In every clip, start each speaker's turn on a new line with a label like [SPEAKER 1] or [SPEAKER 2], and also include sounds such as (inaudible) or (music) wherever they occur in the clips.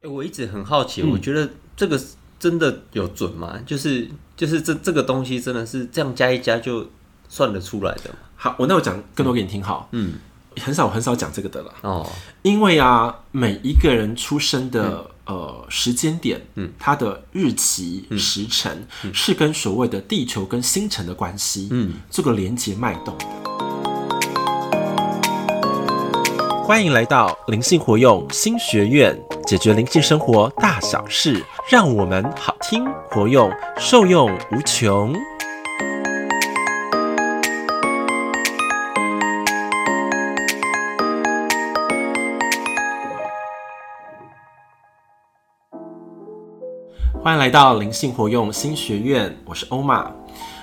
[SPEAKER 1] 欸我一直很好奇，我觉得这个真的有准吗？就是就是这这个东西真的是这样加一加就算得出来的吗
[SPEAKER 2] 好，我那我讲更多给你听好。
[SPEAKER 1] 嗯，
[SPEAKER 2] 很少很少讲这个的啦，
[SPEAKER 1] 哦，
[SPEAKER 2] 因为啊，每一个人出生的、呃时间点，嗯，它的日期、时辰、是跟所谓的地球跟星辰的关系，嗯，这个连接脉动的。欢迎来到灵性活用新学院，解决灵性生活大小事，让我们好听活用，受用无穷。欢迎来到灵性活用新学院，我是欧玛。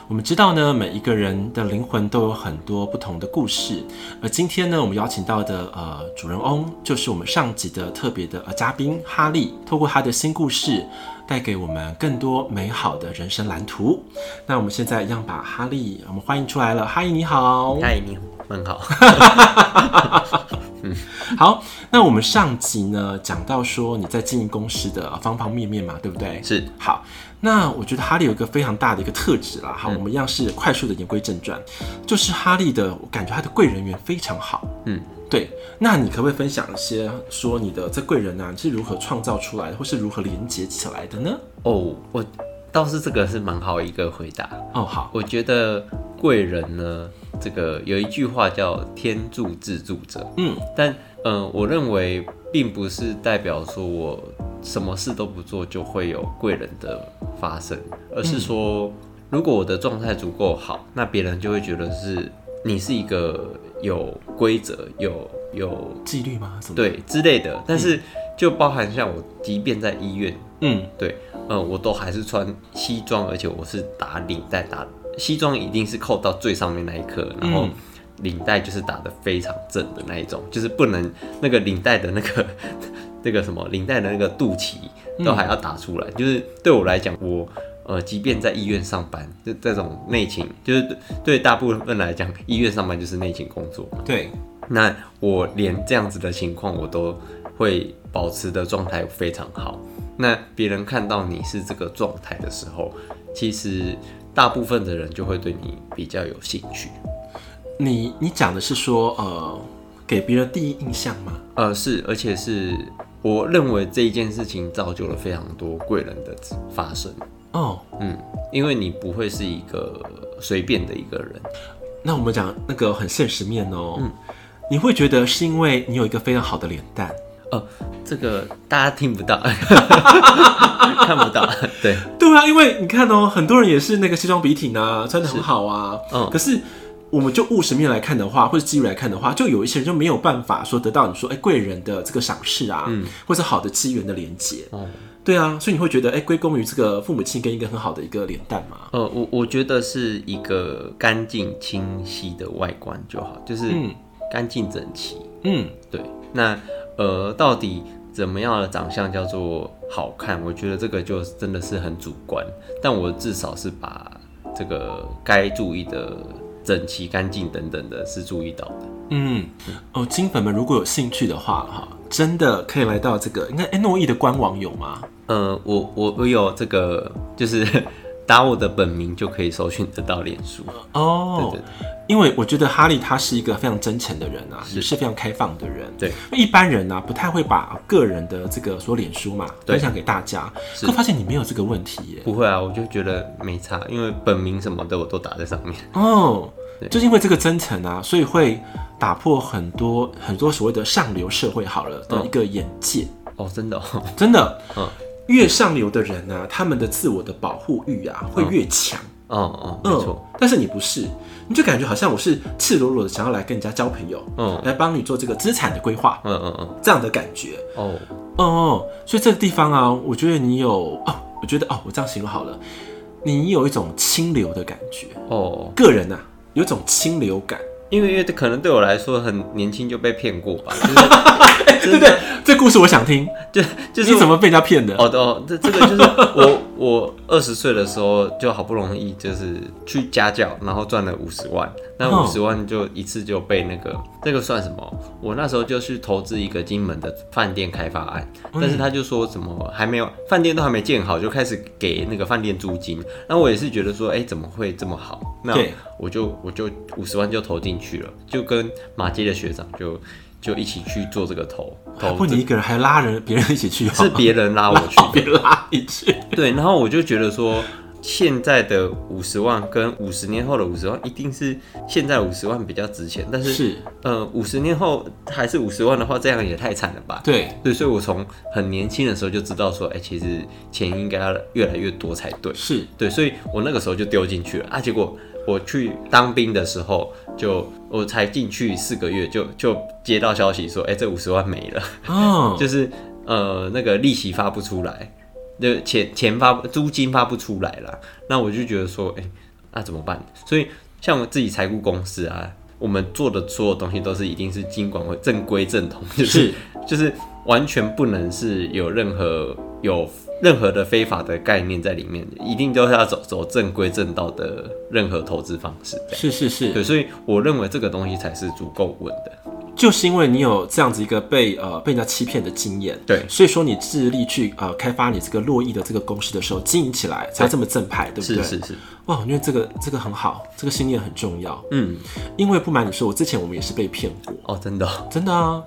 [SPEAKER 2] 我们知道呢，每一个人的灵魂都有很多不同的故事。而今天呢，我们邀请到的呃主人翁，就是我们上集的特别的呃嘉宾哈利，透过他的新故事，带给我们更多美好的人生蓝图。那我们现在一样把哈利，呃我们欢迎出来了。哈利你好，
[SPEAKER 1] 嗨，你很好， (laughs)
[SPEAKER 2] 好。那我们上集呢讲到说你在经营公司的呃方方面面嘛，对不对？
[SPEAKER 1] 是
[SPEAKER 2] 好，那我觉得哈利有一个非常大的一个特质啦。好，我们一样是快速的言归正传，就是哈利的，我感觉他的贵人缘非常好。
[SPEAKER 1] 嗯，
[SPEAKER 2] 对。那你可不可以分享一些说你的这贵人呢、啊、你是如何创造出来的，或是如何连接起来的呢？
[SPEAKER 1] 哦，我倒是这个是蛮好一个回答。
[SPEAKER 2] 哦，好，
[SPEAKER 1] 我觉得贵人呢，这个有一句话叫“天助自助者”，
[SPEAKER 2] 嗯，
[SPEAKER 1] 但嗯、呃我认为并不是代表说我什么事都不做就会有贵人的发生，而是说，如果我的状态足够好，那别人就会觉得是你是一个有规则、有有
[SPEAKER 2] 纪律吗？什么？，
[SPEAKER 1] 对之类的。但是就包含像我，即便在医院，
[SPEAKER 2] 嗯，
[SPEAKER 1] 对，嗯，我都还是穿西装，而且我是打领带打西装，一定是扣到最上面那一颗，然后
[SPEAKER 2] 嗯
[SPEAKER 1] 领带就是打得非常正的那一种，就是不能那个领带的那个那个什么领带的那个肚脐都还要打出来，就是对我来讲，我。呃，即便在医院上班，就这种内勤，就是对对大部分来讲，医院上班就是内勤工作。
[SPEAKER 2] 对，
[SPEAKER 1] 那我连这样子的情况我都会保持的状态非常好。那别人看到你是这个状态的时候，其实大部分的人就会对你比较有兴趣。
[SPEAKER 2] 你你讲的是说呃，给别人第一印象吗？
[SPEAKER 1] 呃，是，而且是我认为这一件事情造就了非常多贵人的发生。
[SPEAKER 2] 哦，
[SPEAKER 1] 嗯，因为你不会是一个随便的一个人。
[SPEAKER 2] 那我们讲那个很现实面哦，你会觉得是因为你有一个非常好的脸蛋，
[SPEAKER 1] 哦，这个大家听不到， (laughs) 看不到。对，
[SPEAKER 2] 对啊，因为你看哦，很多人也是那个西装笔挺啊，穿的很好啊，
[SPEAKER 1] 嗯
[SPEAKER 2] 可是。我们就务实面来看的话，或者机遇来看的话，就有一些人就没有办法说得到你说哎贵、人的这个赏识啊，或是好的机缘的连接，
[SPEAKER 1] 哦。
[SPEAKER 2] 对啊，所以你会觉得哎归、功于这个父母亲跟一个很好的一个脸蛋嘛，
[SPEAKER 1] 呃，我我觉得是一个干净清晰的外观就好，就是
[SPEAKER 2] 嗯
[SPEAKER 1] 干净整齐。
[SPEAKER 2] 嗯
[SPEAKER 1] 对，那呃，到底怎么样的长相叫做好看？我觉得这个就真的是很主观，但我至少是把这个该注意的整齐、干净等等的是注意到的。
[SPEAKER 2] 嗯，哦，金粉们如果有兴趣的话哈，真的可以来到这个应该哎诺伊的官网有吗？
[SPEAKER 1] 呃，我我我有这个，就是 (laughs) 打我的本名就可以搜寻得到脸书。
[SPEAKER 2] 哦，
[SPEAKER 1] 对
[SPEAKER 2] 因为我觉得哈利他是一个非常真诚的人啊，也是非常开放的人。
[SPEAKER 1] 对，
[SPEAKER 2] 一般人呢、啊、不太会把个人的这个所有脸书嘛
[SPEAKER 1] 对
[SPEAKER 2] 分享给大家，可发现你没有这个问题耶。
[SPEAKER 1] 不会啊，我就觉得没差，因为本名什么的我都打在上面。
[SPEAKER 2] 哦，就是因为这个真诚啊，所以会打破很多很多所谓的上流社会好了的一个眼界，
[SPEAKER 1] 哦，真的、哦， (laughs)
[SPEAKER 2] 真的。
[SPEAKER 1] 嗯
[SPEAKER 2] 越上流的人呢、啊他们的自我的保护欲啊会越强。
[SPEAKER 1] 哦哦，嗯没
[SPEAKER 2] 嗯
[SPEAKER 1] 错，，
[SPEAKER 2] 但是你不是，你就感觉好像我是赤裸裸的想要来跟人家交朋友，
[SPEAKER 1] 嗯
[SPEAKER 2] 来帮你做这个资产的规划，
[SPEAKER 1] 嗯嗯嗯，
[SPEAKER 2] 这样的感觉。
[SPEAKER 1] 哦，
[SPEAKER 2] 哦，所以这个地方啊，我觉得你有哦，我觉得哦，我这样形容好了，你有一种清流的感觉，
[SPEAKER 1] 哦，
[SPEAKER 2] 个人呐、啊，有一种清流感，
[SPEAKER 1] 因为因为可能对我来说很年轻就被骗过吧，就是 (laughs)
[SPEAKER 2] 对不对？这故事我想听，
[SPEAKER 1] 就就是 (laughs) 哦
[SPEAKER 2] 你怎么被人家骗的？
[SPEAKER 1] 哦哦，这这个就是我我二十岁的时候就好不容易就是去家教，然后赚了五十万，那
[SPEAKER 2] 哦
[SPEAKER 1] 五十万就一次就被那个那个算什么？我那时候就去投资一个金门的饭店开发案，
[SPEAKER 2] 嗯
[SPEAKER 1] 但是他就说什么还没有饭店都还没建好，就开始给那个饭店租金。那我也是觉得说，哎、怎么会这么好？那
[SPEAKER 2] 对
[SPEAKER 1] 我就我就五十万就投进去了，就跟马街的学长就就一起去做这个投投
[SPEAKER 2] 不，
[SPEAKER 1] 资
[SPEAKER 2] 你一个人还拉人别人一起去哦，
[SPEAKER 1] 是别人拉我去
[SPEAKER 2] (laughs) 别拉你去，
[SPEAKER 1] 对，然后我就觉得说，现在的五十万跟五十年后的五十万，一定是现在五十万比较值钱，但是
[SPEAKER 2] 是
[SPEAKER 1] 呃，五十年后还是五十万的话，这样也太惨了吧？
[SPEAKER 2] 对，
[SPEAKER 1] 对，所以我从很年轻的时候就知道说，哎、其实钱应该要越来越多才对。 (laughs)
[SPEAKER 2] 是
[SPEAKER 1] 对，所以我那个时候就丢进去了啊。结果我去当兵的时候就，我才进去四个月就，就接到消息说，哎、这五十万没了。
[SPEAKER 2] 哦，
[SPEAKER 1] 就是呃那个利息发不出来，那钱钱发不租金发不出来啦。那我就觉得说，哎、那怎么办？所以像我自己财务公司啊，我们做的所有东西都是一定是经管会正规正统， (laughs) 就是
[SPEAKER 2] 是
[SPEAKER 1] 就是完全不能是有任何有任何的非法的概念在里面，一定都是要走走正规正道的任何投资方式。这样
[SPEAKER 2] 是是是，
[SPEAKER 1] 对，所以我认为这个东西才是足够稳的。
[SPEAKER 2] 就是因为你有这样子一个被呃被人家欺骗的经验，
[SPEAKER 1] 对
[SPEAKER 2] 所以说你致力去呃开发你这个洛邑的这个公式的时候，经营起来才这么正派，对不
[SPEAKER 1] 是
[SPEAKER 2] 对？
[SPEAKER 1] 是是，
[SPEAKER 2] 哇，我觉哦得这个这个很好，这个信念很重要。
[SPEAKER 1] 嗯，
[SPEAKER 2] 因为不瞒你说，我之前我们也是被骗过，
[SPEAKER 1] 哦，真的哦
[SPEAKER 2] 真的啊。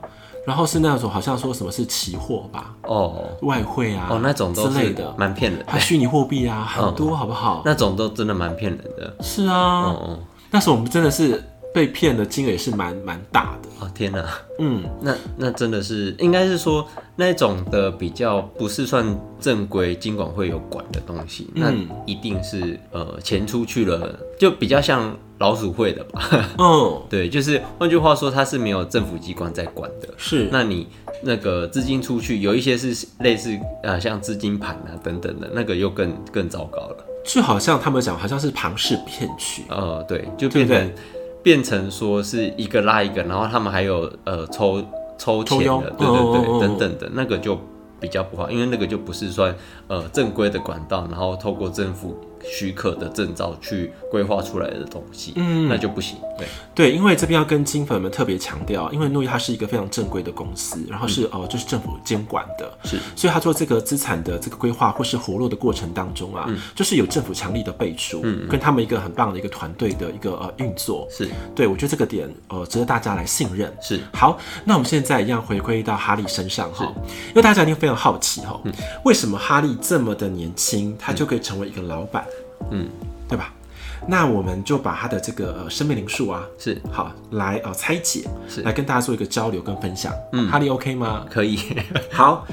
[SPEAKER 2] 然后是那种好像说什么是期货吧、
[SPEAKER 1] 哦。
[SPEAKER 2] 外汇啊，
[SPEAKER 1] 哦，那种
[SPEAKER 2] 之
[SPEAKER 1] 都
[SPEAKER 2] 类
[SPEAKER 1] 是
[SPEAKER 2] 的，哎
[SPEAKER 1] 蛮嗯骗人的，
[SPEAKER 2] 还虚拟货币啊，很多好不好？
[SPEAKER 1] 那种都真的蛮骗人的。
[SPEAKER 2] 是啊，
[SPEAKER 1] 哦哦，
[SPEAKER 2] 那时候我们真的是被骗的金额也是蛮蛮大的。
[SPEAKER 1] 哦天哪，
[SPEAKER 2] 嗯，
[SPEAKER 1] 那那真的是应该是说那种的比较不是算正规金管会有管的东西，那
[SPEAKER 2] 嗯
[SPEAKER 1] 一定是呃钱出去了，就比较像老鼠会的吧？ (laughs)
[SPEAKER 2] 哦，
[SPEAKER 1] 对，就是换句话说，它是没有政府机关在管的。
[SPEAKER 2] 是，
[SPEAKER 1] 那你那个资金出去，有一些是类似呃像资金盘啊等等的，那个又更更糟糕了。
[SPEAKER 2] 就好像他们讲，好像是庞氏骗局。
[SPEAKER 1] 呃，对，就
[SPEAKER 2] 对
[SPEAKER 1] 变
[SPEAKER 2] 不
[SPEAKER 1] 成
[SPEAKER 2] 对
[SPEAKER 1] 变成说是一个拉一个，然后他们还有呃抽抽嗯
[SPEAKER 2] 抽
[SPEAKER 1] 钱
[SPEAKER 2] 佣
[SPEAKER 1] 的，对对对，
[SPEAKER 2] 哦哦哦
[SPEAKER 1] 等等的那个就比较不好，因为那个就不是算呃正规的管道，然后透过政府许可的证照去规划出来的东西，嗯，那就不行，对，
[SPEAKER 2] 对，因为这边要跟金粉们特别强调，因为诺伊它是一个非常正规的公司，然后是
[SPEAKER 1] 嗯
[SPEAKER 2] 哦、呃就是政府监管的，
[SPEAKER 1] 是
[SPEAKER 2] 所以他做这个资产的这个规划或是活络的过程当中啊，
[SPEAKER 1] 嗯
[SPEAKER 2] 就是有政府强力的背书，跟他们一个很棒的一个团队的一个呃运作。
[SPEAKER 1] 是
[SPEAKER 2] 对，我觉得这个点呃值得大家来信任。
[SPEAKER 1] 是
[SPEAKER 2] 好，那我们现在一样回归到哈利身上哈，因为大家一定非常好奇哈，
[SPEAKER 1] 嗯
[SPEAKER 2] 为什么哈利这么的年轻，他就可以成为一个老板？
[SPEAKER 1] 嗯，
[SPEAKER 2] 对吧？那我们就把他的这个呃生命灵数啊，
[SPEAKER 1] 是
[SPEAKER 2] 好来呃拆解，
[SPEAKER 1] 是
[SPEAKER 2] 来跟大家做一个交流跟分享。嗯，哈利 OK 吗？
[SPEAKER 1] 可 (laughs) 以，
[SPEAKER 2] 好。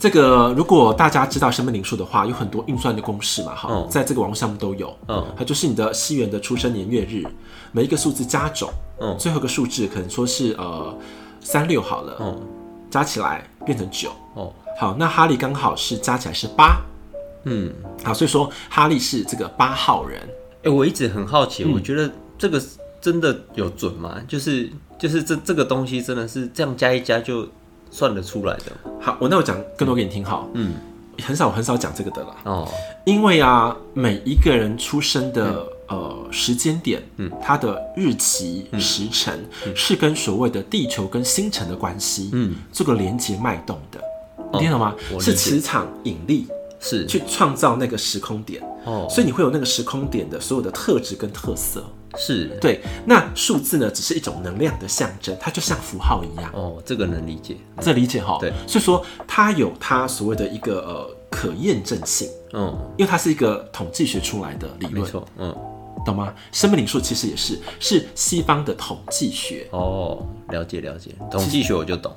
[SPEAKER 2] 这个如果大家知道生命灵数的话，有很多运算的公式嘛，哈、
[SPEAKER 1] 嗯
[SPEAKER 2] 在这个网络上面都有。
[SPEAKER 1] 嗯，
[SPEAKER 2] 它就是你的西元的出生年月日，每一个数字加总，
[SPEAKER 1] 嗯
[SPEAKER 2] 最后一个数字可能说是呃三六好了，
[SPEAKER 1] 哦
[SPEAKER 2] 加起来变成九。
[SPEAKER 1] 哦，
[SPEAKER 2] 好，那哈利刚好是加起来是八，
[SPEAKER 1] 嗯，
[SPEAKER 2] 好，所以说哈利是这个八号人。
[SPEAKER 1] 哎、我一直很好奇，我觉得这个真的有准吗？就是就是这这个东西真的是这样加一加就算得出来的吗
[SPEAKER 2] 好，我那我讲更多给你听哈，
[SPEAKER 1] 嗯，
[SPEAKER 2] 很少很少讲这个的啦，
[SPEAKER 1] 哦，
[SPEAKER 2] 因为啊，每一个人出生
[SPEAKER 1] 嗯
[SPEAKER 2] 的、呃时间点，嗯，它的日期、时辰、是跟所谓的地球跟星辰的关系，
[SPEAKER 1] 嗯，哦
[SPEAKER 2] 这个连接脉动的，你听懂吗？
[SPEAKER 1] 我理解
[SPEAKER 2] 是磁场引力
[SPEAKER 1] 是
[SPEAKER 2] 去创造那个时空点，
[SPEAKER 1] 哦，
[SPEAKER 2] 所以你会有那个时空点的所有的特质跟特色。
[SPEAKER 1] 是
[SPEAKER 2] 对，那数字呢，只是一种能量的象征，它就像符号一样。
[SPEAKER 1] 哦，这个能理解。
[SPEAKER 2] 这理解哈，
[SPEAKER 1] 对，
[SPEAKER 2] 所以说它有它所谓的一个呃可验证性，
[SPEAKER 1] 嗯，
[SPEAKER 2] 因为它是一个统计学出来的理
[SPEAKER 1] 没
[SPEAKER 2] 论，
[SPEAKER 1] 错，嗯，
[SPEAKER 2] 懂吗？生命灵数其实也是是西方的统计学，
[SPEAKER 1] 哦，了解了解，统计学我就懂，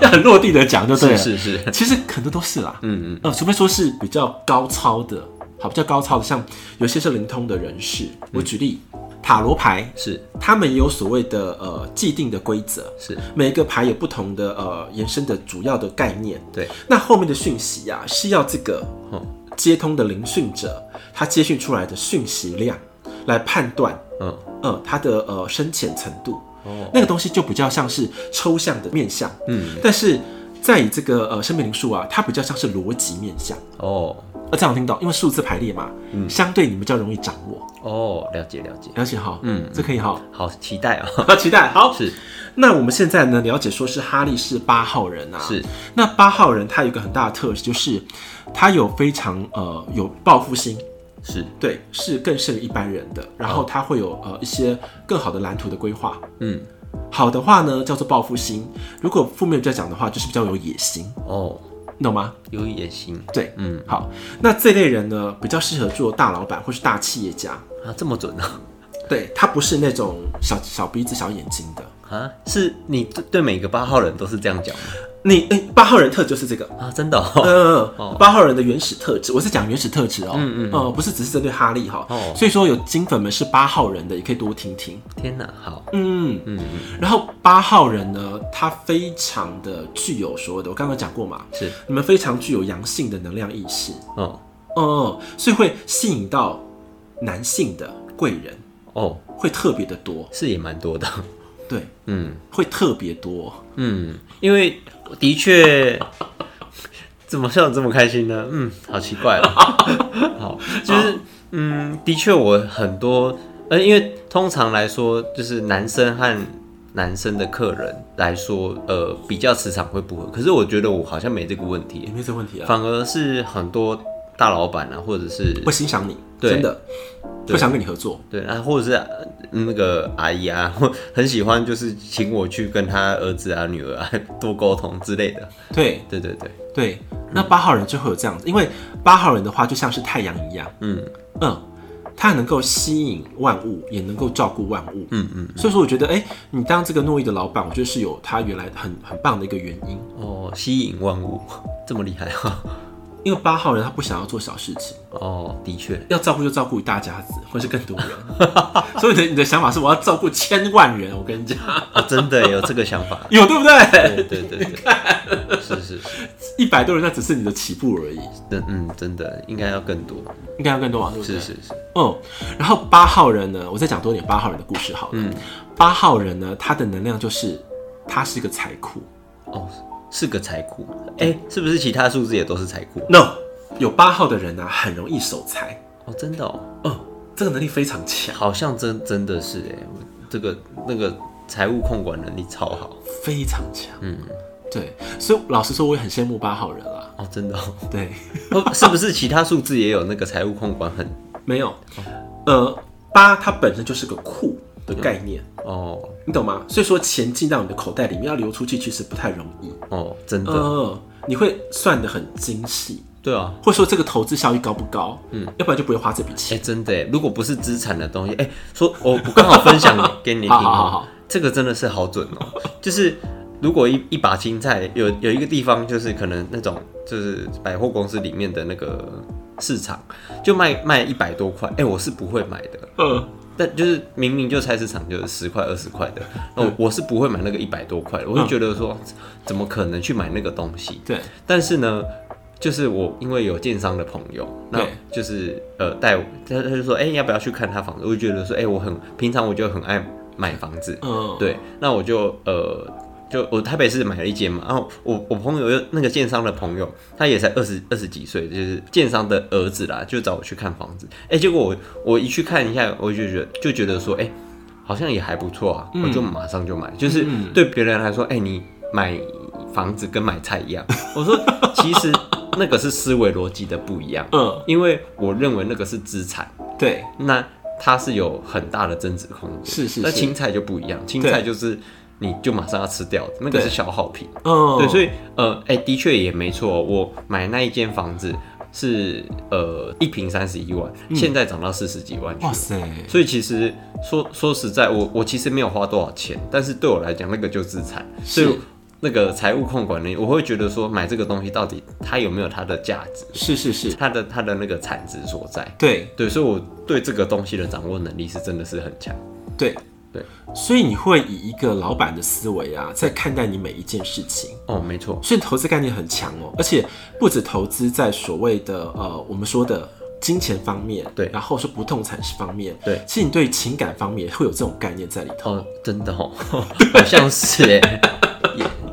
[SPEAKER 2] 要很 (laughs) 落地的讲就 (laughs) 对啊
[SPEAKER 1] 是
[SPEAKER 2] 了。
[SPEAKER 1] 是是，
[SPEAKER 2] 其实很多都是啦，
[SPEAKER 1] 嗯嗯，
[SPEAKER 2] 呃，除非说是比较高超的，好，比较高超的，像有些是灵通的人士，
[SPEAKER 1] 嗯
[SPEAKER 2] 我举例塔罗牌，
[SPEAKER 1] 是
[SPEAKER 2] 他们也有所谓的呃既定的规则，
[SPEAKER 1] 是，
[SPEAKER 2] 每一个牌有不同的呃延伸的主要的概念。
[SPEAKER 1] 对，
[SPEAKER 2] 那后面的讯息啊，是要这个
[SPEAKER 1] 嗯
[SPEAKER 2] 接通的聆讯者他接讯出来的讯息量来判断，
[SPEAKER 1] 嗯，
[SPEAKER 2] 呃，它的呃深浅程度。
[SPEAKER 1] 哦，
[SPEAKER 2] 那个东西就比较像是抽象的面相，
[SPEAKER 1] 嗯，
[SPEAKER 2] 但是在以这个呃生命灵数啊，它比较像是逻辑面相。
[SPEAKER 1] 哦，
[SPEAKER 2] 呃，这样我听懂，因为数字排列嘛，
[SPEAKER 1] 嗯
[SPEAKER 2] 相对你比较容易掌握，
[SPEAKER 1] 哦，了解了解，
[SPEAKER 2] 了解哈，
[SPEAKER 1] 嗯
[SPEAKER 2] 这可以哈，
[SPEAKER 1] 好期待啊、 (laughs)
[SPEAKER 2] 好期待，好，
[SPEAKER 1] 是
[SPEAKER 2] 那我们现在呢，了解说是哈利是八号人啊，
[SPEAKER 1] 是，
[SPEAKER 2] 那八号人他有一个很大的特质，就是他有非常呃有报复心，
[SPEAKER 1] 是，
[SPEAKER 2] 对，是更胜于一般人的。然后他会有呃一些更好的蓝图的规划。
[SPEAKER 1] 嗯，
[SPEAKER 2] 好的话呢，叫做报复心；如果负面再讲的话，就是比较有野心，
[SPEAKER 1] 哦，
[SPEAKER 2] 你懂吗？
[SPEAKER 1] 有野心
[SPEAKER 2] 对，
[SPEAKER 1] 嗯，
[SPEAKER 2] 好，那这类人呢，比较适合做大老板或是大企业家。
[SPEAKER 1] 啊，这么准啊？ (laughs)
[SPEAKER 2] 对他不是那种小小鼻子小眼睛的。
[SPEAKER 1] 啊，是你对对每个八号人都是这样讲吗
[SPEAKER 2] 你哎，八、号人特就是这个。
[SPEAKER 1] 啊？真的、哦？
[SPEAKER 2] 嗯，八号人的原始特质，我是讲原始特质哦，嗯嗯，呃，不是只是针对哈利哈，
[SPEAKER 1] 哦
[SPEAKER 2] 所以说有金粉们是八号人的，也可以多听听，
[SPEAKER 1] 天哪，好，
[SPEAKER 2] 嗯，
[SPEAKER 1] 嗯，
[SPEAKER 2] 然后八号人呢，他非常的具有所谓的，我刚刚讲过嘛，
[SPEAKER 1] 是，
[SPEAKER 2] 你们非常具有阳性的能量意识，
[SPEAKER 1] 哦，
[SPEAKER 2] 嗯，所以会吸引到男性的贵人，
[SPEAKER 1] 哦，
[SPEAKER 2] 会特别的多，
[SPEAKER 1] 是也蛮多的，
[SPEAKER 2] 对，
[SPEAKER 1] 嗯
[SPEAKER 2] 会特别多，
[SPEAKER 1] 嗯，因为的确。怎么笑得这么开心呢？嗯，好奇怪哦。好，就是嗯，的确我很多，呃，因为通常来说，就是男生和男生的客人来说，呃，比较磁场会不合。可是我觉得我好像没这个问题
[SPEAKER 2] 也，没有这个问题啊，
[SPEAKER 1] 反而是很多大老板啊，或者是
[SPEAKER 2] 会欣赏你，
[SPEAKER 1] 对
[SPEAKER 2] 真的会想跟你合作，
[SPEAKER 1] 对啊，或者是呃那个阿姨啊， (laughs) 或很喜欢就是请我去跟他儿子啊、女儿啊 (laughs) 多沟通之类的。
[SPEAKER 2] 对，
[SPEAKER 1] 对对对，
[SPEAKER 2] 对，那八号人就会有这样子，因为八号人的话就像是太阳一样，
[SPEAKER 1] 嗯
[SPEAKER 2] 嗯，它能够吸引万物，也能够照顾万物，
[SPEAKER 1] 嗯嗯，
[SPEAKER 2] 所以说我觉得，哎、你当这个诺伊的老板，我觉得是有他原来很很棒的一个原因，
[SPEAKER 1] 哦，吸引万物， (laughs) 这么厉害啊！
[SPEAKER 2] 因为八号人他不想要做小事情，
[SPEAKER 1] 哦，的确，
[SPEAKER 2] 要照顾就照顾一大家子，或是更多
[SPEAKER 1] (laughs)
[SPEAKER 2] 人，所以你的你的想法是我要照顾千万人，我跟你讲，。
[SPEAKER 1] 啊，真的有这个想法
[SPEAKER 2] (laughs) 有对不对？
[SPEAKER 1] 对对对对，是是是，
[SPEAKER 2] 一百多人那只是你的起步而已，
[SPEAKER 1] 真嗯真的应该要更多。
[SPEAKER 2] 应该要更多啊，对不对？
[SPEAKER 1] 是是是，
[SPEAKER 2] 嗯，然后八号人呢，我再讲多点八号人的故事好了。八号人呢，他的能量就是他是一个财库。
[SPEAKER 1] 哦，是个财库。哎、是不是其他数字也都是财库？
[SPEAKER 2] No，有八号的人呢、很容易守财。
[SPEAKER 1] 哦，真的哦，
[SPEAKER 2] 嗯，这个能力非常强，
[SPEAKER 1] 好像真真的是哎、我这个那个财务控管能力超好。
[SPEAKER 2] 非常强。
[SPEAKER 1] 嗯，
[SPEAKER 2] 对，所以老实说，我也很羡慕八号人啊啦。
[SPEAKER 1] 哦，真的、哦。
[SPEAKER 2] 对，
[SPEAKER 1] 哦是不是其他数字也有那个财务控管很
[SPEAKER 2] 没有，呃，八它本身就是个库的概念，
[SPEAKER 1] 哦
[SPEAKER 2] 你懂吗？所以说钱进到你的口袋里面，要流出去其实不太容易。
[SPEAKER 1] 哦，真的、
[SPEAKER 2] 嗯，你会算得很精细，
[SPEAKER 1] 对啊，
[SPEAKER 2] 或者说这个投资效益高不高？嗯，要不然就不会花这笔钱
[SPEAKER 1] 哎、。真的耶，如果不是资产的东西，哎、说我我刚好分享给你听
[SPEAKER 2] (laughs) 好
[SPEAKER 1] 哦，
[SPEAKER 2] 好好好
[SPEAKER 1] 这个真的是好准哦，就是如果一一把青菜有有一个地方就是可能那种就是百货公司里面的那个市场就卖卖一百多块，哎、我是不会买的。
[SPEAKER 2] 嗯，
[SPEAKER 1] 但就是明明就菜市场就是十块二十块的，那
[SPEAKER 2] 嗯
[SPEAKER 1] 我我是不会买那个一百多块的，我就觉得说怎么可能去买那个东西？
[SPEAKER 2] 对，
[SPEAKER 1] 但是呢，就是我因为有建商的朋友，那
[SPEAKER 2] 对
[SPEAKER 1] 就是呃带我，他他就说，哎、要不要去看他房子？我就觉得说，哎、我很平常我就很爱买房子，
[SPEAKER 2] 嗯，
[SPEAKER 1] 对，那我就呃。就我台北市买了一间嘛，然后我我朋友又那个建商的朋友，他也才二十二十几岁，就是建商的儿子啦，就找我去看房子。哎、结果我我一去看一下，我就觉得就觉得说，哎、好像也还不错啊，我就马上就买。就是对别人来说，哎、你买房子跟买菜一样。我说其实那个是思维逻辑的不一样，
[SPEAKER 2] 嗯，
[SPEAKER 1] 因为我认为那个是资产，
[SPEAKER 2] 对，
[SPEAKER 1] 那它是有很大的增值空间。
[SPEAKER 2] 是是
[SPEAKER 1] 那
[SPEAKER 2] 是，
[SPEAKER 1] 青菜就不一样，青菜就是你就马上要吃掉的，那个
[SPEAKER 2] 对
[SPEAKER 1] 是消耗品。
[SPEAKER 2] 嗯，
[SPEAKER 1] 对，所
[SPEAKER 2] 以
[SPEAKER 1] 以呃，哎、的确也没错哦，我买那一间房子是呃一平三十一万，现在涨到四十几万去
[SPEAKER 2] 哇
[SPEAKER 1] 了。
[SPEAKER 2] 塞，
[SPEAKER 1] 所以其实说说实在，我我其实没有花多少钱，但是对我来讲，那个就资产，所
[SPEAKER 2] 是
[SPEAKER 1] 以那个财务控管呢，我会觉得说买这个东西到底它有没有它的价值，
[SPEAKER 2] 是是是，
[SPEAKER 1] 它的它的那个产值所在。
[SPEAKER 2] 对
[SPEAKER 1] 对，所以我对这个东西的掌握能力是真的是很强。
[SPEAKER 2] 对
[SPEAKER 1] 对，
[SPEAKER 2] 所以你会以一个老板的思维啊，在看待你每一件事情。
[SPEAKER 1] 哦，没错，
[SPEAKER 2] 所以投资概念很强哦，而且不止投资在所谓的呃我们说的金钱方面，
[SPEAKER 1] 对
[SPEAKER 2] 然后是不动产方面，
[SPEAKER 1] 对
[SPEAKER 2] 其实你对情感方面会有这种概念在里头，
[SPEAKER 1] 哦，真的哦， (laughs) 好像是哎，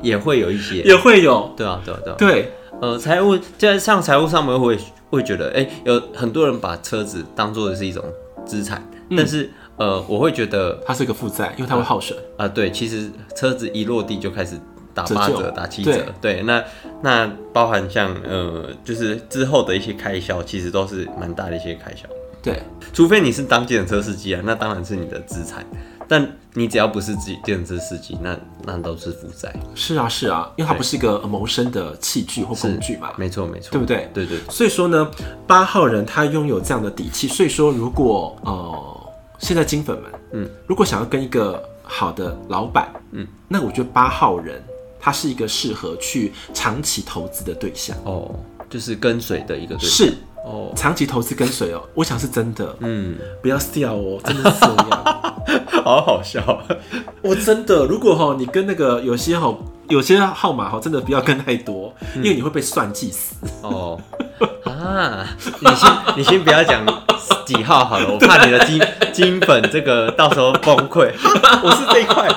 [SPEAKER 1] 也也会有一些，
[SPEAKER 2] 会有，
[SPEAKER 1] 对啊，对啊，对啊。
[SPEAKER 2] 对，
[SPEAKER 1] 呃，财务在上财务上面，我也会觉得，哎、有很多人把车子当做是一种资产，但是呃，我会觉得
[SPEAKER 2] 它是一个负债，因为它会耗损。
[SPEAKER 1] 啊，对，其实车子一落地就开始打八
[SPEAKER 2] 折
[SPEAKER 1] 折、
[SPEAKER 2] 旧
[SPEAKER 1] 打七折，对，那那包含像呃，就是之后的一些开销，其实都是蛮大的一些开销。
[SPEAKER 2] 对，
[SPEAKER 1] 除非你是当计程车司机啊，那当然是你的资产，但你只要不是计计程车司机，那那都是负债。
[SPEAKER 2] 是啊，是啊，因为它不是一个呃谋生的器具或工具嘛。
[SPEAKER 1] 没错，没错，
[SPEAKER 2] 对不对
[SPEAKER 1] 对对，
[SPEAKER 2] 所以说呢，八号人他拥有这样的底气。所以说，如果呃，现在金粉们，嗯，如果想要跟一个好的老板，嗯，那我觉得八号人他是一个适合去长期投资的对象，
[SPEAKER 1] 哦，就是跟随的一个对象
[SPEAKER 2] 是
[SPEAKER 1] 哦，
[SPEAKER 2] 长期投资跟随哦，我想是真的，
[SPEAKER 1] 嗯，
[SPEAKER 2] 不要笑哦，真的是这 (laughs) 样。
[SPEAKER 1] 好好笑，
[SPEAKER 2] 我真的，如果哈你跟那个有些哈有些号码哈，真的不要跟太多，因为你会被算计死。
[SPEAKER 1] 哦啊！你先你先不要讲几号好了，我怕你的金金粉这个到时候崩溃。 (laughs) 我是这一块，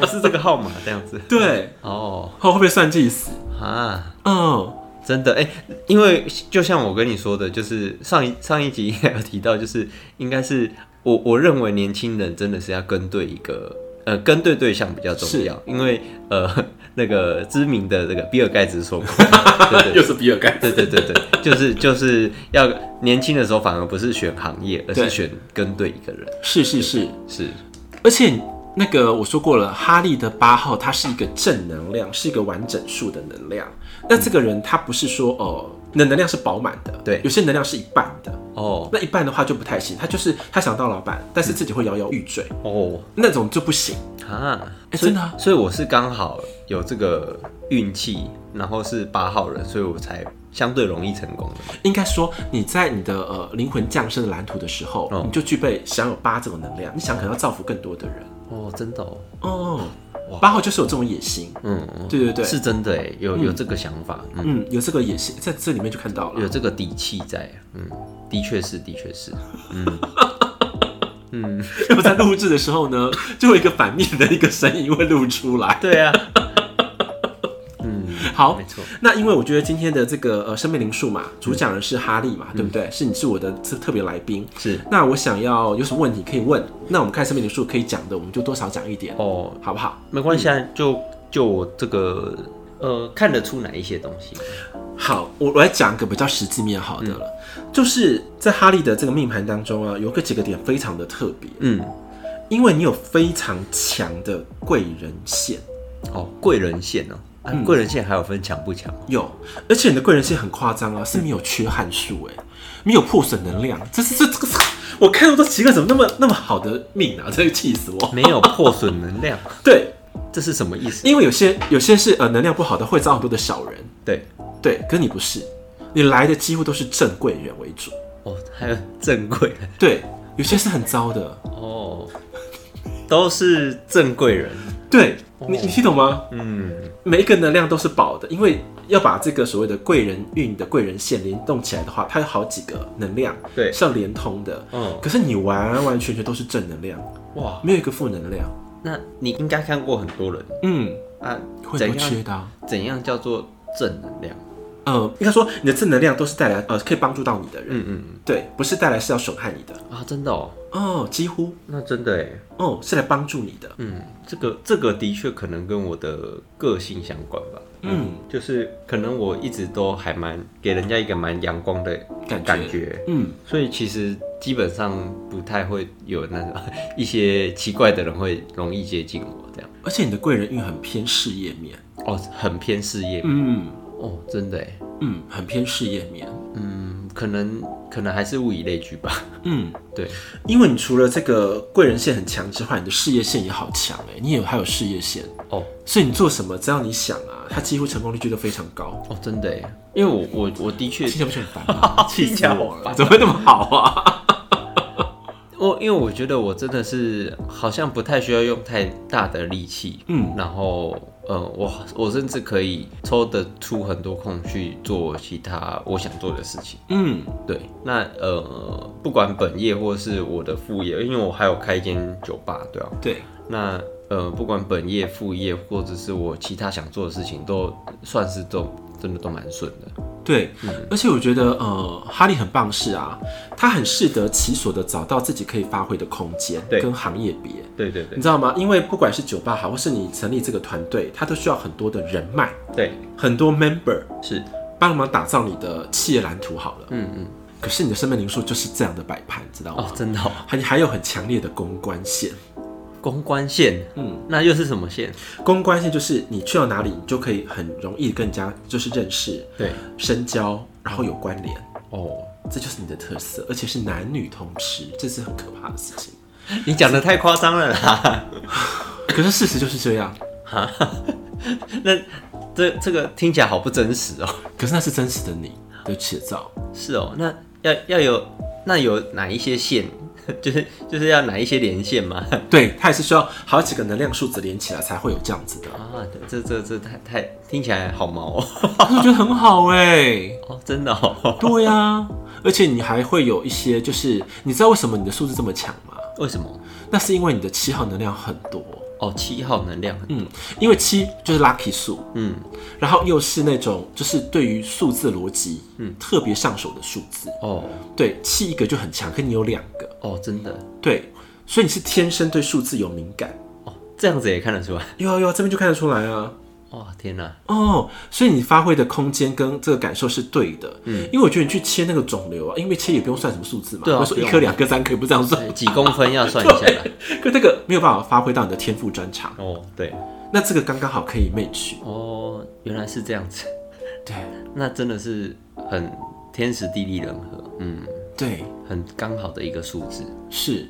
[SPEAKER 1] 我是这个号码这样子。
[SPEAKER 2] 对，
[SPEAKER 1] 哦
[SPEAKER 2] 哈会被算计死。
[SPEAKER 1] 啊，
[SPEAKER 2] 嗯，
[SPEAKER 1] 真的哎、因为就像我跟你说的，就是上一上一集也有提到，就是应该是我我认为年轻人真的是要跟对一个。呃，跟对对象比较重要，因为呃， (laughs) 那个知名的这个比尔盖茨说过， (laughs) 对对对
[SPEAKER 2] 是比尔盖。
[SPEAKER 1] 对对对对，就是就是要年轻的时候，反而不是选行业，而
[SPEAKER 2] 对
[SPEAKER 1] 是选跟对一个人。
[SPEAKER 2] 是是是，
[SPEAKER 1] 是
[SPEAKER 2] 而且那个我说过了，哈利的八号它是一个正能量，是一个完整数的能量。那这个人他不是说哦，那能量是饱满的，
[SPEAKER 1] 对
[SPEAKER 2] 有些能量是一半的，
[SPEAKER 1] 哦
[SPEAKER 2] 那一半的话就不太行。他就是他想当老板，但是自己会摇摇欲坠，
[SPEAKER 1] 哦
[SPEAKER 2] 那种就不行。
[SPEAKER 1] 啊！
[SPEAKER 2] 哎
[SPEAKER 1] 所以
[SPEAKER 2] 真的啊
[SPEAKER 1] 所以我是刚好有这个运气，然后是八号人，所以我才相对容易成功的。
[SPEAKER 2] 应该说你在你的呃灵魂降生的蓝图的时候，
[SPEAKER 1] 哦
[SPEAKER 2] 你就具备享有八这种能量，你想可能要造福更多的人。
[SPEAKER 1] 哦，真的哦，
[SPEAKER 2] 哦，八号就是有这种野心，
[SPEAKER 1] 嗯，
[SPEAKER 2] 对对对，
[SPEAKER 1] 是真的哎，有有这个想法，嗯，
[SPEAKER 2] 嗯，有这个野心，在这里面就看到
[SPEAKER 1] 有
[SPEAKER 2] (laughs) 了。
[SPEAKER 1] 这个底气在，嗯，的确是，的确是，
[SPEAKER 2] 那么在录制的时候呢， (laughs) 就会有一个反面的一个声音会露出来。
[SPEAKER 1] 对啊，嗯，
[SPEAKER 2] 好
[SPEAKER 1] (laughs) 没，错，
[SPEAKER 2] 那因为我觉得今天的这个呃生命灵数嘛，主讲人是哈利嘛，
[SPEAKER 1] 嗯
[SPEAKER 2] 对不对？是你是我的特特别来宾。
[SPEAKER 1] 是
[SPEAKER 2] 那我想要有什么问题可以问？那我们看生命灵数可以讲的，我们就多少讲一点，
[SPEAKER 1] 哦，
[SPEAKER 2] 好不好？
[SPEAKER 1] 没关系，啊，就就我这个呃，看得出哪一些东西？
[SPEAKER 2] 好，我我来讲一个比较实际面好的了，
[SPEAKER 1] 嗯
[SPEAKER 2] 就是在哈利的这个命盘当中啊，有个几个点非常的特别，
[SPEAKER 1] 嗯，
[SPEAKER 2] 因为你有非常强的贵人线，
[SPEAKER 1] 哦，贵人线哦，啊贵、人线还有分强不强？
[SPEAKER 2] 有，而且你的贵人线很夸张啊，是没有缺憾数哎，没有破损能量，这是这这个， (laughs) 我看到都奇怪，怎么那么那么好的命啊，这个气死我！
[SPEAKER 1] 没有破损能量， (laughs)
[SPEAKER 2] 对，
[SPEAKER 1] 这是什么意思？
[SPEAKER 2] 因为有些有些是呃能量不好的会招很多的小人，
[SPEAKER 1] 对，
[SPEAKER 2] 对，可你不是，你来的几乎都是正贵人为主，
[SPEAKER 1] 哦，还有正贵人
[SPEAKER 2] 对，有些是很糟的，
[SPEAKER 1] 哦，都是正贵人。
[SPEAKER 2] 对你你听懂吗？
[SPEAKER 1] 嗯，
[SPEAKER 2] 每一个能量都是饱的，因为要把这个所谓的贵人运的贵人线联动起来的话，它有好几个能量，
[SPEAKER 1] 对
[SPEAKER 2] 是要连通的。
[SPEAKER 1] 哦，
[SPEAKER 2] 可是你完完全全都是正能量，
[SPEAKER 1] 哇，
[SPEAKER 2] 没有一个负能量。
[SPEAKER 1] 那你应该看过很多人
[SPEAKER 2] 嗯，
[SPEAKER 1] 啊，
[SPEAKER 2] 会
[SPEAKER 1] 怎
[SPEAKER 2] 不缺
[SPEAKER 1] 样
[SPEAKER 2] 的啊、
[SPEAKER 1] 怎样叫做正能量？
[SPEAKER 2] 呃，应该说你的正能量都是带来呃可以帮助到你的人，
[SPEAKER 1] 嗯嗯
[SPEAKER 2] 对，不是带来是要损害你的
[SPEAKER 1] 嗯啊，真的哦，
[SPEAKER 2] 哦，几乎
[SPEAKER 1] 那真的哎，
[SPEAKER 2] 哦是来帮助你的。
[SPEAKER 1] 嗯，这个这个的确可能跟我的个性相关吧。
[SPEAKER 2] 嗯，
[SPEAKER 1] 就是可能我一直都还蛮给人家一个蛮阳光的
[SPEAKER 2] 感觉
[SPEAKER 1] 感觉，
[SPEAKER 2] 嗯，
[SPEAKER 1] 所以其实基本上不太会有那个一些奇怪的人会容易接近我这样。
[SPEAKER 2] 而且你的贵人运很偏事业面，
[SPEAKER 1] 哦，很偏事业、
[SPEAKER 2] 嗯
[SPEAKER 1] 哦，真的哎，
[SPEAKER 2] 嗯，很偏事业面，
[SPEAKER 1] 嗯，可能可能还是物以类聚吧。
[SPEAKER 2] 嗯。
[SPEAKER 1] 对，
[SPEAKER 2] 因为你除了这个贵人线很强之外，你的事业线也好强哎、你也有还有事业线，
[SPEAKER 1] 哦
[SPEAKER 2] 所以你做什么只要你想啊，它几乎成功率就都非常 (laughs) 高。
[SPEAKER 1] 哦，真的哎，因为我我我的确
[SPEAKER 2] 听起来不是很烦 (laughs) 吗？气
[SPEAKER 1] 听起
[SPEAKER 2] 死
[SPEAKER 1] 来
[SPEAKER 2] 我
[SPEAKER 1] 好
[SPEAKER 2] 了！
[SPEAKER 1] 烦
[SPEAKER 2] 怎么会那么好啊？
[SPEAKER 1] 我哦因为我觉得我真的是好像不太需要用太大的力气，
[SPEAKER 2] 嗯，
[SPEAKER 1] 然后呃，我我甚至可以抽得出很多空去做其他我想做的事情。
[SPEAKER 2] 嗯，
[SPEAKER 1] 对，那呃，不管本业或是我的副业，因为我还有开一间酒吧，对啊，
[SPEAKER 2] 对，
[SPEAKER 1] 那呃，不管本业、副业或者是我其他想做的事情，都算是都真的都蛮顺的。
[SPEAKER 2] 对，
[SPEAKER 1] 嗯
[SPEAKER 2] 而且我觉得呃，哈利很棒是啊，他很适得其所的找到自己可以发挥的空间
[SPEAKER 1] 对
[SPEAKER 2] 跟行业别，
[SPEAKER 1] 对对对
[SPEAKER 2] 你知道吗？因为不管是酒吧好，或是你成立这个团队，它都需要很多的人脉，
[SPEAKER 1] 对，
[SPEAKER 2] 很多 member
[SPEAKER 1] 是，
[SPEAKER 2] 帮忙打造你的企业蓝图好了。
[SPEAKER 1] 嗯嗯，
[SPEAKER 2] 可是你的生命灵数就是这样的摆盘，知道吗
[SPEAKER 1] 哦，？真的、哦，
[SPEAKER 2] 还还有很强烈的公关线，
[SPEAKER 1] 公关线，
[SPEAKER 2] 嗯
[SPEAKER 1] 嗯，那又是什么线？
[SPEAKER 2] 公关线就是你去到哪里，你就可以很容易跟人家就是认识、
[SPEAKER 1] 对，
[SPEAKER 2] 深交，然后有关联，
[SPEAKER 1] 哦，
[SPEAKER 2] 这就是你的特色，而且是男女通吃，这是很可怕的事情。
[SPEAKER 1] 你讲的太夸张了啦， (laughs)
[SPEAKER 2] 可是事实就是这样，
[SPEAKER 1] 那这这个听起来好不真实哦。 (laughs)
[SPEAKER 2] 可是那是真实的你的写照。
[SPEAKER 1] 是哦，那要要有那有哪一些线， (laughs) 就是就是要哪一些连线吗？ (laughs)
[SPEAKER 2] 对，它也是需要好几个能量数值连起来才会有这样子的，
[SPEAKER 1] 啊，这这这太太听起来好毛哦， (laughs)
[SPEAKER 2] 我觉得很好哎、
[SPEAKER 1] 哦真的哦， (laughs)
[SPEAKER 2] 对呀、而且你还会有一些，就是你知道为什么你的数字这么强吗？
[SPEAKER 1] 为什么？
[SPEAKER 2] 那是因为你的七号能量很多，
[SPEAKER 1] 哦，七号能量，
[SPEAKER 2] 嗯，因为七就是 lucky 数，
[SPEAKER 1] 嗯，
[SPEAKER 2] 然后又是那种就是对于数字逻辑，嗯，特别上手的数字，
[SPEAKER 1] 哦
[SPEAKER 2] 对，七一个就很强，可你有两个，
[SPEAKER 1] 哦，真的
[SPEAKER 2] 对，所以你是天生对数字有敏感，
[SPEAKER 1] 哦，这样子也看得出来，
[SPEAKER 2] 有啊有啊，这边就看得出来啊，
[SPEAKER 1] 哇、天哪，
[SPEAKER 2] 哦，所以你发挥的空间跟这个感受是对的，嗯，因为我觉得你去切那个肿瘤啊，因为切也不用算什么数字嘛，
[SPEAKER 1] 对啊
[SPEAKER 2] 我说一
[SPEAKER 1] 不用
[SPEAKER 2] 颗、两颗、三颗，不是这样算，
[SPEAKER 1] 对几公分要算一下啦。
[SPEAKER 2] 可这个没有办法发挥到你的天赋专长，
[SPEAKER 1] 哦，对，
[SPEAKER 2] 那这个刚刚好可以 match，
[SPEAKER 1] 哦，原来是这样子，
[SPEAKER 2] 对
[SPEAKER 1] 那真的是很天时地利人和，嗯，
[SPEAKER 2] 对
[SPEAKER 1] 很刚好的一个数字。
[SPEAKER 2] 是，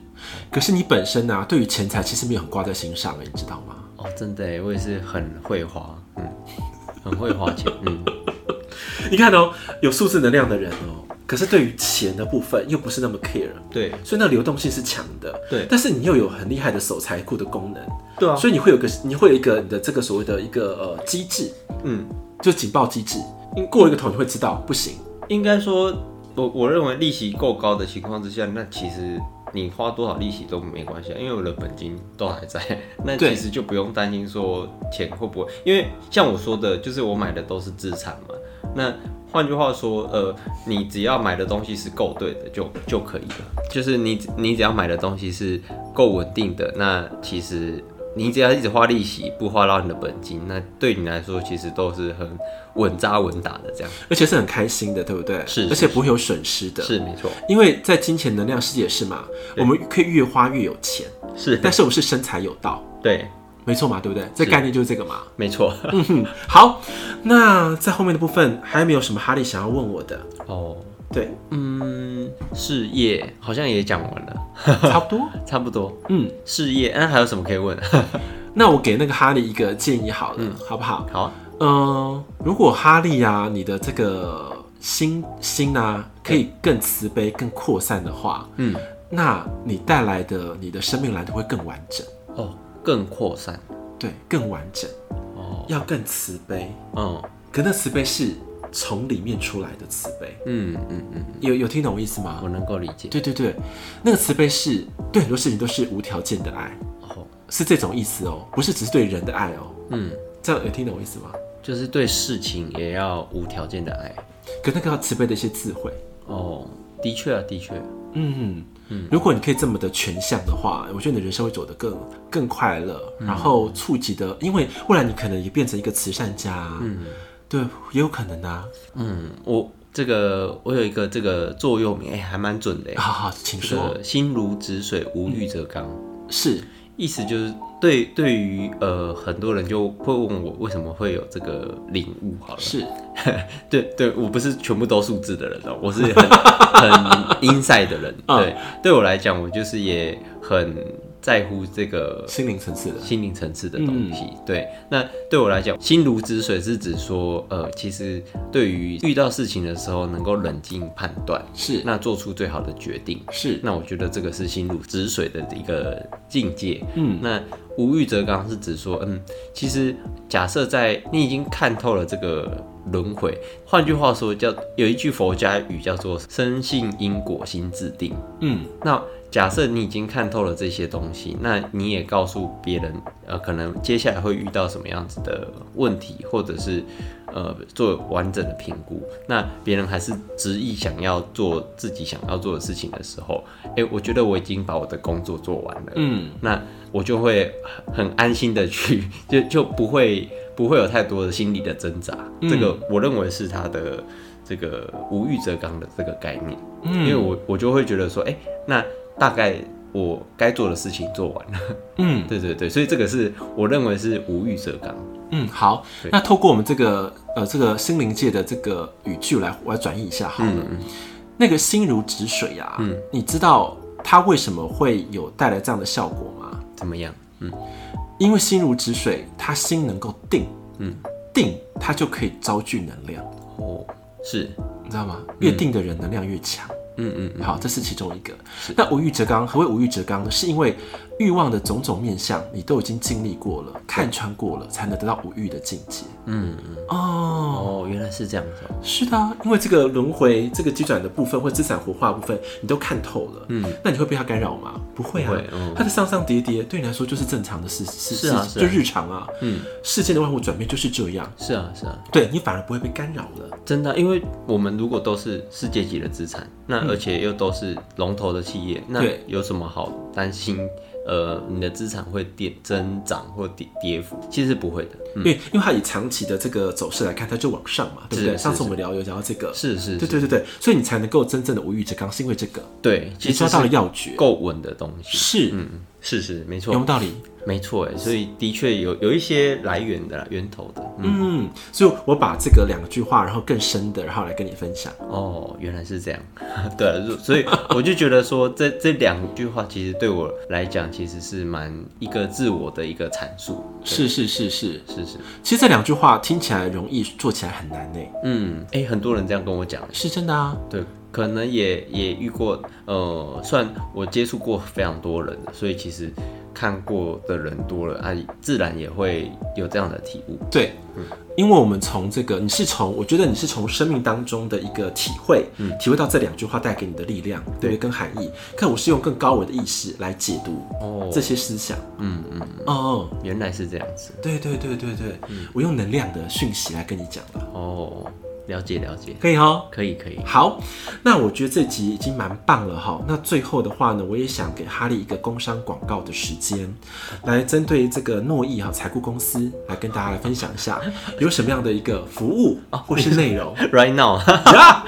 [SPEAKER 2] 可是你本身呢、啊，对于钱财其实没有很挂在心上、欸，你知道吗？
[SPEAKER 1] 哦，真的耶，我也是很会花，嗯，很会花钱，嗯，
[SPEAKER 2] 你看哦，有数字能量的人哦，可是对于钱的部分又不是那么 care，
[SPEAKER 1] 对，
[SPEAKER 2] 所以那流动性是强的，
[SPEAKER 1] 对
[SPEAKER 2] 但是你又有很厉害的守财库的功能，
[SPEAKER 1] 对
[SPEAKER 2] 所以你会有个，你会有一个你的这个所谓的一个呃机制，
[SPEAKER 1] 嗯，
[SPEAKER 2] 就是警报机制。你过了一个头，你会知道不行。
[SPEAKER 1] 应该说，我我认为利息够高的情况之下，那其实你花多少利息都没关系，啊，因为我的本金都还在， (laughs) 那
[SPEAKER 2] 对
[SPEAKER 1] 其实就不用担心说钱会不会，因为像我说的，就是我买的都是资产嘛，那。换句话说，呃，你只要买的东西是够对的就就可以了。就是你你只要买的东西是够稳定的，那其实你只要一直花利息，不花到你的本金，那对你来说其实都是很稳扎稳打的这样。
[SPEAKER 2] 而且是很开心的，对不对？
[SPEAKER 1] 是是
[SPEAKER 2] 而且不会有损失的。，
[SPEAKER 1] 是没错，
[SPEAKER 2] 因为在金钱能量世界是嘛，我们可以越花越有钱，
[SPEAKER 1] 是
[SPEAKER 2] 但是我们是身材有道，
[SPEAKER 1] 对，
[SPEAKER 2] 没错嘛，对不对？这
[SPEAKER 1] 是
[SPEAKER 2] 概念就是这个嘛。 (laughs)
[SPEAKER 1] 没错。
[SPEAKER 2] 嗯哼，好，那在后面的部分还有没有什么哈利想要问我的？
[SPEAKER 1] (laughs) 哦，
[SPEAKER 2] 对，
[SPEAKER 1] 嗯，事业好像也讲完了，
[SPEAKER 2] (laughs) 差不多。
[SPEAKER 1] 差不多。
[SPEAKER 2] 嗯，
[SPEAKER 1] 事业，那、还有什么可以问？ (laughs)
[SPEAKER 2] 那我给那个哈利一个建议好了，好不好？
[SPEAKER 1] 好啊，
[SPEAKER 2] 嗯、如果哈利啊，你的这个心心啊，可以更慈悲、更扩散的话，
[SPEAKER 1] 嗯，
[SPEAKER 2] 那你带来的你的生命蓝图会更完整，
[SPEAKER 1] 哦，更扩散，
[SPEAKER 2] 对，更完整，
[SPEAKER 1] 哦，
[SPEAKER 2] 要更慈悲。
[SPEAKER 1] 嗯
[SPEAKER 2] 可那慈悲是从里面出来的慈悲，
[SPEAKER 1] 嗯嗯嗯，
[SPEAKER 2] 有有听懂我意思吗
[SPEAKER 1] 我？能够理解。
[SPEAKER 2] 对对对，那个慈悲是对很多事情都是无条件的爱，
[SPEAKER 1] 哦，
[SPEAKER 2] 是这种意思哦，不是只是对人的爱哦。
[SPEAKER 1] 嗯，
[SPEAKER 2] 这样有听懂我意思吗？
[SPEAKER 1] 就是对事情也要无条件的爱。
[SPEAKER 2] 可那个要慈悲的一些智慧，
[SPEAKER 1] 哦，的确啊，的确，
[SPEAKER 2] 嗯嗯，如果你可以这么的全向的话，我觉得你的人生会走得更更快乐，然后触及的，因为未来你可能也变成一个慈善家，嗯，对，也有可能啊。
[SPEAKER 1] 嗯，我这个我有一个这个座右铭，哎、还蛮准的，哎
[SPEAKER 2] 好好，请
[SPEAKER 1] 这
[SPEAKER 2] 说，
[SPEAKER 1] 个心如止水，无欲则刚。
[SPEAKER 2] 是
[SPEAKER 1] 意思就是对对于呃很多人就会问我为什么会有这个领悟好了，
[SPEAKER 2] 是，
[SPEAKER 1] 对对，我不是全部都数字的人哦，我是很很 inside 的人，
[SPEAKER 2] (laughs) 嗯
[SPEAKER 1] 对，对我来讲，我就是也很在乎这个
[SPEAKER 2] 心灵层次的，
[SPEAKER 1] 心灵层次的东西。
[SPEAKER 2] 嗯
[SPEAKER 1] 对，那对我来讲，心如止水是指说，呃，其实对于遇到事情的时候能够冷静判断，
[SPEAKER 2] 是
[SPEAKER 1] 那做出最好的决定。
[SPEAKER 2] 是
[SPEAKER 1] 那我觉得这个是心如止水的一个境界。
[SPEAKER 2] 嗯，
[SPEAKER 1] 那无欲则刚是指说，嗯，其实假设在你已经看透了这个轮回，换句话说，叫有一句佛家语叫做“生性因果心自定”。
[SPEAKER 2] 嗯，
[SPEAKER 1] 那假设你已经看透了这些东西，那你也告诉别人，呃，可能接下来会遇到什么样子的问题，或者是呃做完整的评估。那别人还是执意想要做自己想要做的事情的时候，诶、我觉得我已经把我的工作做完了，
[SPEAKER 2] 嗯，
[SPEAKER 1] 那我就会很安心的去，就就不会不会有太多的心理的挣扎。
[SPEAKER 2] 嗯
[SPEAKER 1] 这个我认为是他的这个无欲则刚的这个概念，因为我我就会觉得说，哎、那大概我该做的事情做完了，
[SPEAKER 2] 嗯。
[SPEAKER 1] (laughs) 对对对，所以这个是我认为是无欲则刚。
[SPEAKER 2] 嗯，好
[SPEAKER 1] 对，
[SPEAKER 2] 那透过我们这个呃这个心灵界的这个语句来，我来转译一下好了。那个心如止水呀、啊，你知道它为什么会有带来这样的效果吗？
[SPEAKER 1] 怎么样？
[SPEAKER 2] 因为心如止水，它心能够定，
[SPEAKER 1] 嗯，
[SPEAKER 2] 定它就可以招聚能量，
[SPEAKER 1] 哦，是，
[SPEAKER 2] 你知道吗？越定的人能量越强。
[SPEAKER 1] 嗯嗯嗯，
[SPEAKER 2] 好，这是其中一个。那无欲则刚，何谓无欲则刚呢？是因为欲望的种种面相，你都已经经历过了，看穿过了，才能得到无欲的境界。
[SPEAKER 1] 嗯嗯，
[SPEAKER 2] 哦，
[SPEAKER 1] 哦，原来是这样子、哦。
[SPEAKER 2] 是的啊、因为这个轮回、这个机转的部分或资产活化的部分，你都看透了，嗯，那你会被它干扰吗？不会啊，
[SPEAKER 1] 不会嗯
[SPEAKER 2] 它的上上叠叠对你来说就是正常的事，事
[SPEAKER 1] 是啊是啊
[SPEAKER 2] 就日常啊，嗯，事件的万物转变就是这样，
[SPEAKER 1] 是啊，是啊，
[SPEAKER 2] 对你反而不会被干扰了，
[SPEAKER 1] 真的啊、因为我们如果都是世界级的资产，那而且又都是龙头的企业，那
[SPEAKER 2] 嗯对
[SPEAKER 1] 有什么好担心？呃，你的资产会跌增长或跌跌幅，其实不会的。
[SPEAKER 2] 因为因为它以长期的这个走势来看，它就往上嘛，对不
[SPEAKER 1] 嗯是
[SPEAKER 2] 对？
[SPEAKER 1] 是
[SPEAKER 2] 上次我们聊有聊到这个，
[SPEAKER 1] 是是
[SPEAKER 2] 对
[SPEAKER 1] 是，
[SPEAKER 2] 对对对，所以你才能够真正的无欲则刚，是因为这个，
[SPEAKER 1] 对，
[SPEAKER 2] 你
[SPEAKER 1] 其实
[SPEAKER 2] 抓到了
[SPEAKER 1] 是
[SPEAKER 2] 要诀，
[SPEAKER 1] 够稳的东西。
[SPEAKER 2] 是
[SPEAKER 1] 嗯，嗯是是，没
[SPEAKER 2] 有没有
[SPEAKER 1] 错，
[SPEAKER 2] 道理？
[SPEAKER 1] 没错，哎，所以的确有有一些来源的啦源头的。嗯，
[SPEAKER 2] 嗯，所以我把这个两句话，然后更深的，然后来跟你分享。
[SPEAKER 1] 哦，原来是这样。 (laughs) 对啊，所所以我就觉得说，这 (laughs) 这两句话其实对我来讲，其实是蛮一个自我的一个阐述。
[SPEAKER 2] 是是是是，
[SPEAKER 1] 是是，
[SPEAKER 2] 其实这两句话听起来容易，做起来很难呢。
[SPEAKER 1] 嗯，哎、很多人这样跟我讲，
[SPEAKER 2] 是真的啊，
[SPEAKER 1] 对，可能也也遇过，呃，算我接触过非常多人了，所以其实看过的人多了，啊，自然也会有这样的体悟。
[SPEAKER 2] 对，因为我们从这个，你是从，我觉得你是从生命当中的一个体会，体会到这两句话带给你的力量，嗯对不对？跟含义，看我是用更高维的意识来解读
[SPEAKER 1] 哦
[SPEAKER 2] 这些思想。
[SPEAKER 1] 嗯嗯，
[SPEAKER 2] 哦，
[SPEAKER 1] 原来是这样子。
[SPEAKER 2] 对对对对对，嗯我用能量的讯息来跟你讲了，
[SPEAKER 1] 哦，了解了解，
[SPEAKER 2] 可以哦。
[SPEAKER 1] 可以可
[SPEAKER 2] (laughs)
[SPEAKER 1] 以。
[SPEAKER 2] 好，那我觉得这集已经蛮棒了哈。那最后的话呢，我也想给哈利一个工商广告的时间，来针对这个诺意哈财顾公司来跟大家来分享一下，有什么样的一个服务啊，或是内容
[SPEAKER 1] Right now，
[SPEAKER 2] 呀？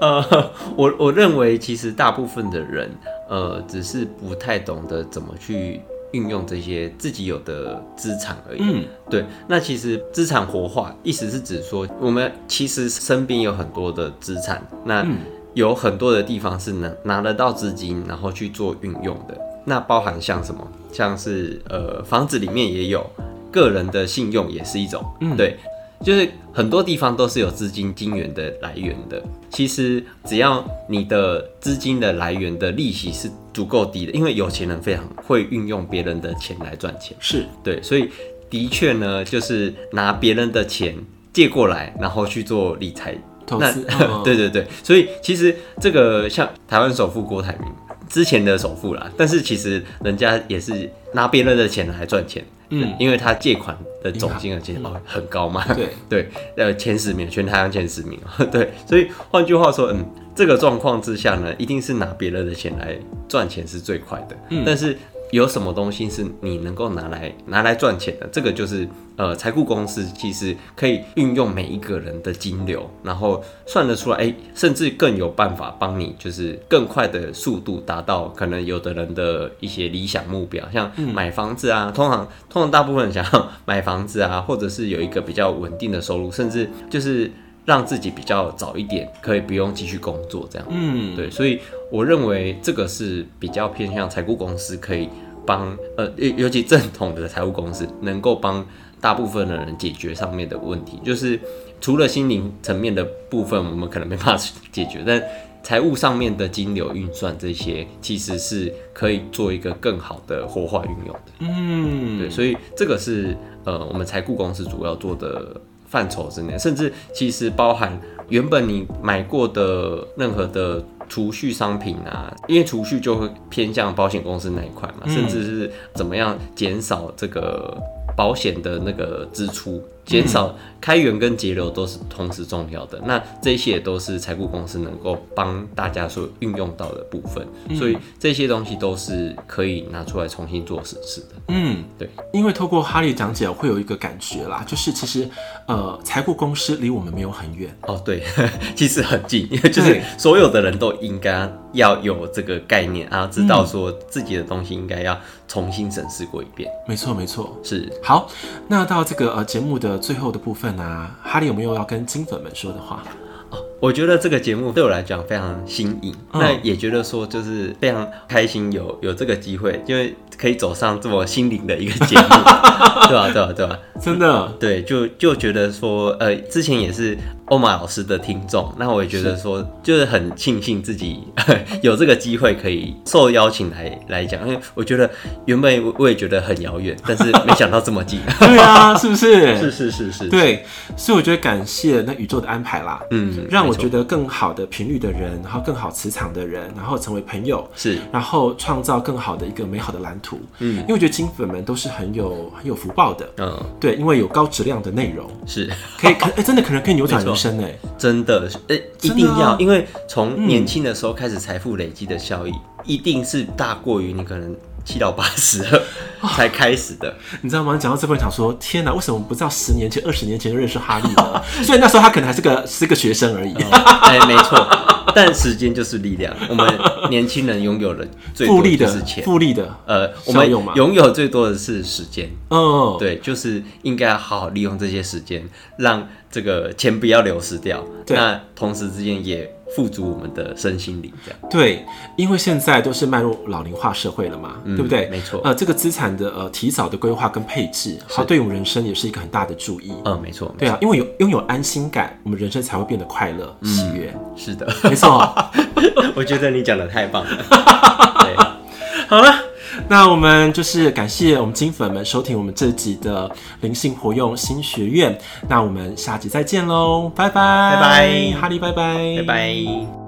[SPEAKER 1] 呃，我我认为其实大部分的人，呃，只是不太懂得怎么去运用这些自己有的资产而已。
[SPEAKER 2] 嗯，
[SPEAKER 1] 对，那其实资产活化，意思是指说，我们其实身边有很多的资产，那有很多的地方是能拿得到资金，然后去做运用的。那包含像什么，像是呃房子里面也有，个人的信用也是一种，
[SPEAKER 2] 嗯
[SPEAKER 1] 对，就是很多地方都是有资金金源的来源的。其实只要你的资金的来源的利息是足够低的，因为有钱人非常会运用别人的钱来赚钱。
[SPEAKER 2] 是
[SPEAKER 1] 对，所以的确呢，就是拿别人的钱借过来，然后去做理财
[SPEAKER 2] 投
[SPEAKER 1] (laughs)
[SPEAKER 2] 资，
[SPEAKER 1] 那
[SPEAKER 2] 嗯
[SPEAKER 1] 对对对，所以其实这个像台湾首富郭台铭之前的首富啦，但是其实人家也是拿别人的钱来赚钱，
[SPEAKER 2] 嗯，
[SPEAKER 1] 因为他借款的总金额其实哦很高嘛，
[SPEAKER 2] 对，
[SPEAKER 1] (laughs) 对，呃，前十名，全台湾前十名， (laughs) 对，所以换句话说，嗯，这个状况之下呢，一定是拿别人的钱来赚钱是最快的，但是。有什么东西是你能够拿来拿来赚钱的？这个就是呃，财顾公司其实可以运用每一个人的金流，然后算得出来，哎、甚至更有办法帮你，就是更快的速度达到可能有的人的一些理想目标，像买房子啊，通常通常大部分人想要买房子啊，或者是有一个比较稳定的收入，甚至就是让自己比较早一点可以不用继续工作这样。
[SPEAKER 2] 嗯，
[SPEAKER 1] 对，所以我认为这个是比较偏向财务公司可以帮呃，尤尤其正统的财务公司能够帮大部分的人解决上面的问题，就是除了心灵层面的部分，我们可能没办法解决，但财务上面的金流运算这些，其实是可以做一个更好的活化运用的。
[SPEAKER 2] 嗯，
[SPEAKER 1] 对，所以这个是呃我们财顾公司主要做的范畴之内，甚至其实包含原本你买过的任何的。储蓄商品啊，因为储蓄就会偏向保险公司那一块嘛，
[SPEAKER 2] 嗯
[SPEAKER 1] 甚至是怎么样减少这个保险的那个支出，减
[SPEAKER 2] 嗯
[SPEAKER 1] 少开源跟节流都是同时重要的。那这些也都是财务公司能够帮大家所运用到的部分，
[SPEAKER 2] 嗯
[SPEAKER 1] 所以这些东西都是可以拿出来重新做实施的。
[SPEAKER 2] 嗯，
[SPEAKER 1] 对，
[SPEAKER 2] 因为透过哈利讲解，我会有一个感觉啦，就是其实呃，财务公司离我们没有很远。
[SPEAKER 1] 哦，对， (laughs) 其实很近， (laughs) 因为就是
[SPEAKER 2] 对
[SPEAKER 1] 所有的人都应该要有这个概念啊，知道说自己的东西应该要重新审视过一遍。
[SPEAKER 2] 没错，没错。
[SPEAKER 1] 是，
[SPEAKER 2] 好，那到这个呃节目的最后的部分呢、哈利有没有要跟金粉们说的话？
[SPEAKER 1] 我觉得这个节目对我来讲非常新颖，
[SPEAKER 2] 嗯
[SPEAKER 1] 那也觉得说就是非常开心有有这个机会，因为可以走上这么心灵的一个节目， (laughs) 对啊吧、对吧、对吧、
[SPEAKER 2] 真的，
[SPEAKER 1] 对，就就觉得说，呃，之前也是欧玛老师的听众，那我也觉得说，就是很庆幸自己 (laughs) 有这个机会可以受邀请来来讲，因为我觉得原本我我也觉得很遥远，但是没想到这么近。
[SPEAKER 2] (laughs) 对
[SPEAKER 1] (laughs)
[SPEAKER 2] 啊，是不是？
[SPEAKER 1] 嗯是是是是，，
[SPEAKER 2] 对，所以我觉得感谢那宇宙的安排啦，
[SPEAKER 1] 嗯，
[SPEAKER 2] 让我
[SPEAKER 1] 没错
[SPEAKER 2] 觉得更好的频率的人，然后更好磁场的人，然后成为朋友，
[SPEAKER 1] 是
[SPEAKER 2] 然后创造更好的一个美好的蓝图。嗯，因为我觉得金粉们都是很有很有福报的，
[SPEAKER 1] 嗯
[SPEAKER 2] 对，因为有高质量的内容，
[SPEAKER 1] 是。(laughs)
[SPEAKER 2] 可以可、哎真的可能可以扭转人生哎、
[SPEAKER 1] 真的，呃、一
[SPEAKER 2] 真的啊嗯
[SPEAKER 1] 定要，因为从年轻的时候开始，财富累积的效益、一定是大过于你可能七到八十 (laughs) 才开始的。
[SPEAKER 2] 你知道吗？讲到这份，想说天哪，为什么不到十年前、二十年前就认识哈利呢？
[SPEAKER 1] (laughs)
[SPEAKER 2] 虽然那时候他可能还是个是个学生而已，
[SPEAKER 1] 哎、没错，但时间就是力量。我们年轻人拥有的最
[SPEAKER 2] 复
[SPEAKER 1] 多
[SPEAKER 2] 利
[SPEAKER 1] 就
[SPEAKER 2] 的
[SPEAKER 1] 是钱，
[SPEAKER 2] 复利的，
[SPEAKER 1] 呃，我
[SPEAKER 2] 效
[SPEAKER 1] 们
[SPEAKER 2] 用嘛
[SPEAKER 1] 拥有最多的是时间。
[SPEAKER 2] 嗯，
[SPEAKER 1] 对，就是应该好好利用这些时间，让这个钱不要流失掉。
[SPEAKER 2] 对
[SPEAKER 1] 那同时之间也富足我们的身心灵，这样。
[SPEAKER 2] 对，因为现在都是迈入老龄化社会了嘛，对不对？
[SPEAKER 1] 嗯没错
[SPEAKER 2] 呃，这个资产的呃提早的规划跟配置，它对我们人生也是一个很大的注意。
[SPEAKER 1] 嗯，没错，
[SPEAKER 2] 对啊，因为有拥有安心感，我们人生才会变得快乐、
[SPEAKER 1] 嗯
[SPEAKER 2] 喜悦。
[SPEAKER 1] 哦是的， (laughs)
[SPEAKER 2] 没错。好
[SPEAKER 1] 我觉得你讲的太棒
[SPEAKER 2] (laughs)
[SPEAKER 1] 了。对。
[SPEAKER 2] 了，那我们就是感谢我们金粉们收听我们这集的灵性活用新学院。那我们下集再见喽，拜拜，
[SPEAKER 1] 拜拜
[SPEAKER 2] 哈利，拜拜，
[SPEAKER 1] 拜拜。